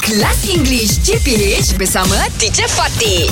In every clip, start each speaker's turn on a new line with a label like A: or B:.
A: Kelas English CPH bersama Teacher Fatih.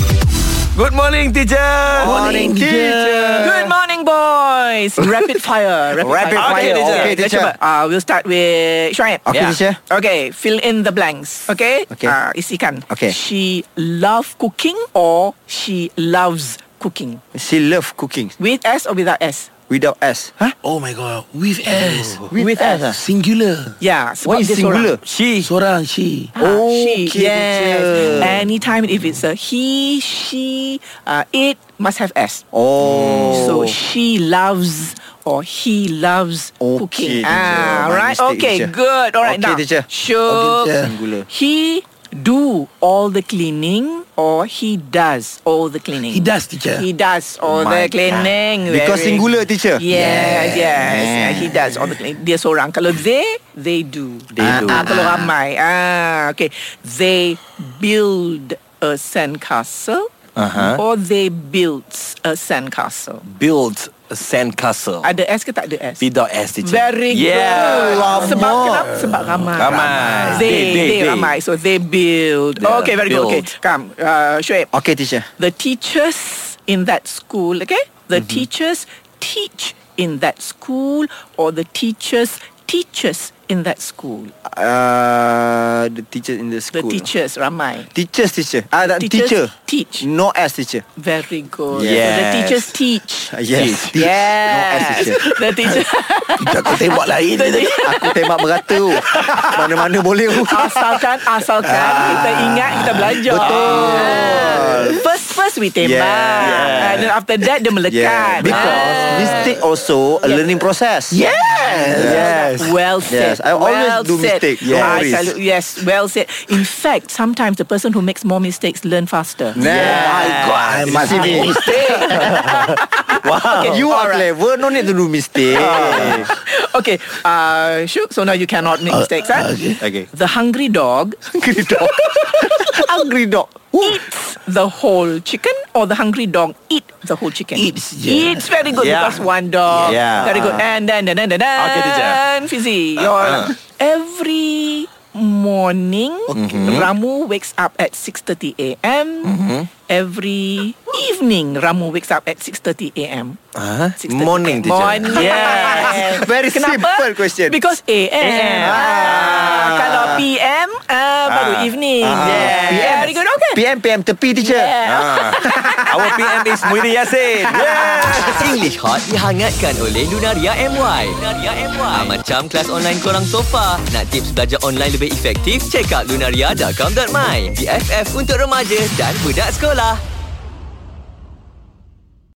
B: Good morning, teacher.
C: Morning, teacher.
D: Good morning, boys. Rapid fire. Rapid,
C: Rapid
B: fire.
D: Okay, teacher.
C: Okay,
D: Let's
C: teacher.
D: cuba. Uh, we'll start with Shoaib.
C: Okay,
B: Yeah.
C: teacher.
D: Okay, fill in the blanks. Okay.
C: Okay.
D: Uh, isikan.
C: Okay.
D: She love cooking or she loves cooking
C: She love cooking
D: with S or without S.
C: without S. Huh?
E: Oh my god With S
D: With S.
C: ah?
E: Singular
D: Yeah. sebab
C: Why is
D: dia
C: singular?
D: seorang.
B: She.
E: Seorang she
D: Ah, she.
C: Okay,
D: yes.
C: teacher.
D: Anytime if it's a he, she, uh, it must have S.
C: Oh.
D: So she loves or he loves
C: Okay,
D: cooking.
C: teacher.
D: Ah,
C: My
D: right.
C: mistake,
D: okay,
C: teacher.
D: good. All right
C: Okay,
D: now.
C: teacher.
D: Sure.
E: Okay, teacher.
C: Singular.
D: He do all the cleaning or he does all the cleaning.
E: He does, teacher.
D: He does all the
C: My
D: cleaning.
C: Because
D: Very-
C: singular, teacher.
D: Yes, yes.
C: Yeah.
D: He does all the cleaning. Dia seorang. Kalau they, they do.
C: They
D: ah,
C: do.
D: Ah, kalau ramai. Ah, okay. They build a sandcastle.
B: Uh-huh.
C: Aha.
D: Or they builds a sandcastle.
B: Build a sandcastle.
D: Ada S ke tak ada S?
B: Without S, teacher.
D: Very
B: Yeah.
D: good.
C: Lama.
D: Sebab kenapa? Sebab ramai.
B: Ramai.
D: They,
B: They,
D: they,
B: they, they.
D: ramai. So they build.
B: They
D: okay, very good. Okay,
B: build.
D: come. Uh, Shoaib.
C: Okay, teacher.
D: The teachers in that school, okay? The
C: Mm-hmm.
D: teachers teach in that school or the teachers teachers in that school.
C: Uh, the teacher in the
D: The
C: school.
D: teachers, ramai.
C: Teachers, teacher. Ah, uh, teacher.
D: Teachers teach.
C: No S, teacher.
D: Very good. So the
B: Yes.
D: teachers teach.
C: Ah, Yes. Teach.
D: Yes.
C: No S, teacher.
D: the teacher.
E: Kita aku tembak lain
C: Aku tembak merata. oh. Mana-mana boleh. oh.
D: Asalkan Asalkan Kita ingat Kita belajar
C: Ah. Betul.
D: Ah. First First we tembak
C: Yeah, yeah.
D: And then after that Dia melekat
C: Yeah. Because
D: Ah.
C: mistake also a learning process.
D: Yes.
C: Yes.
D: Well said.
C: Yes, I always
D: well
C: do
D: said.
C: mistake. Yes.
D: I tell you, yes. Well said. In fact, sometimes the person who makes more mistakes learn faster.
C: My God. I must be mistake. wow. you are clever. No need to do mistake. Ah.
D: Okay. Uh, Shuk, so now you cannot make mistakes. huh?
E: okay.
C: Uh, okay.
D: The hungry dog
C: Hungry dog. Hungry dog.
D: eats the whole chicken or the hungry dog eat the whole chicken?
E: Eats, yeah.
D: Eats, very good
B: Yeah.
D: because one dog.
B: Yeah.
D: Very good. And then, then, then, then,
B: Okay, teacher. Uh-huh.
D: then, Fizi, your every morning,
B: Mm-hmm.
D: Ramu wakes up at 6.30 a.m. Every evening, Ramu wakes up at 6.30 a.m.
B: Huh?
D: 6:30
B: Uh-huh. Morning, teacher.
D: Morning.
B: Yes.
C: Very simple question.
D: Because AM.
B: Ah.
D: Ah. Kalau PM, ah, baru
B: Ah.
D: evening.
B: Yes.
D: Yeah. Very good. Okay.
C: PM, PM, tepi teacher.
D: Yeah.
B: Ah. Our PM is Muhyiddin Yassin. Yeah.
F: English Hot dihangatkan oleh Lunaria MY. Lunaria MY. Ha, macam kelas online korang sofa. Nak tips belajar online lebih efektif? Check out lunaria.com.my. BFF untuk remaja dan budak sekolah.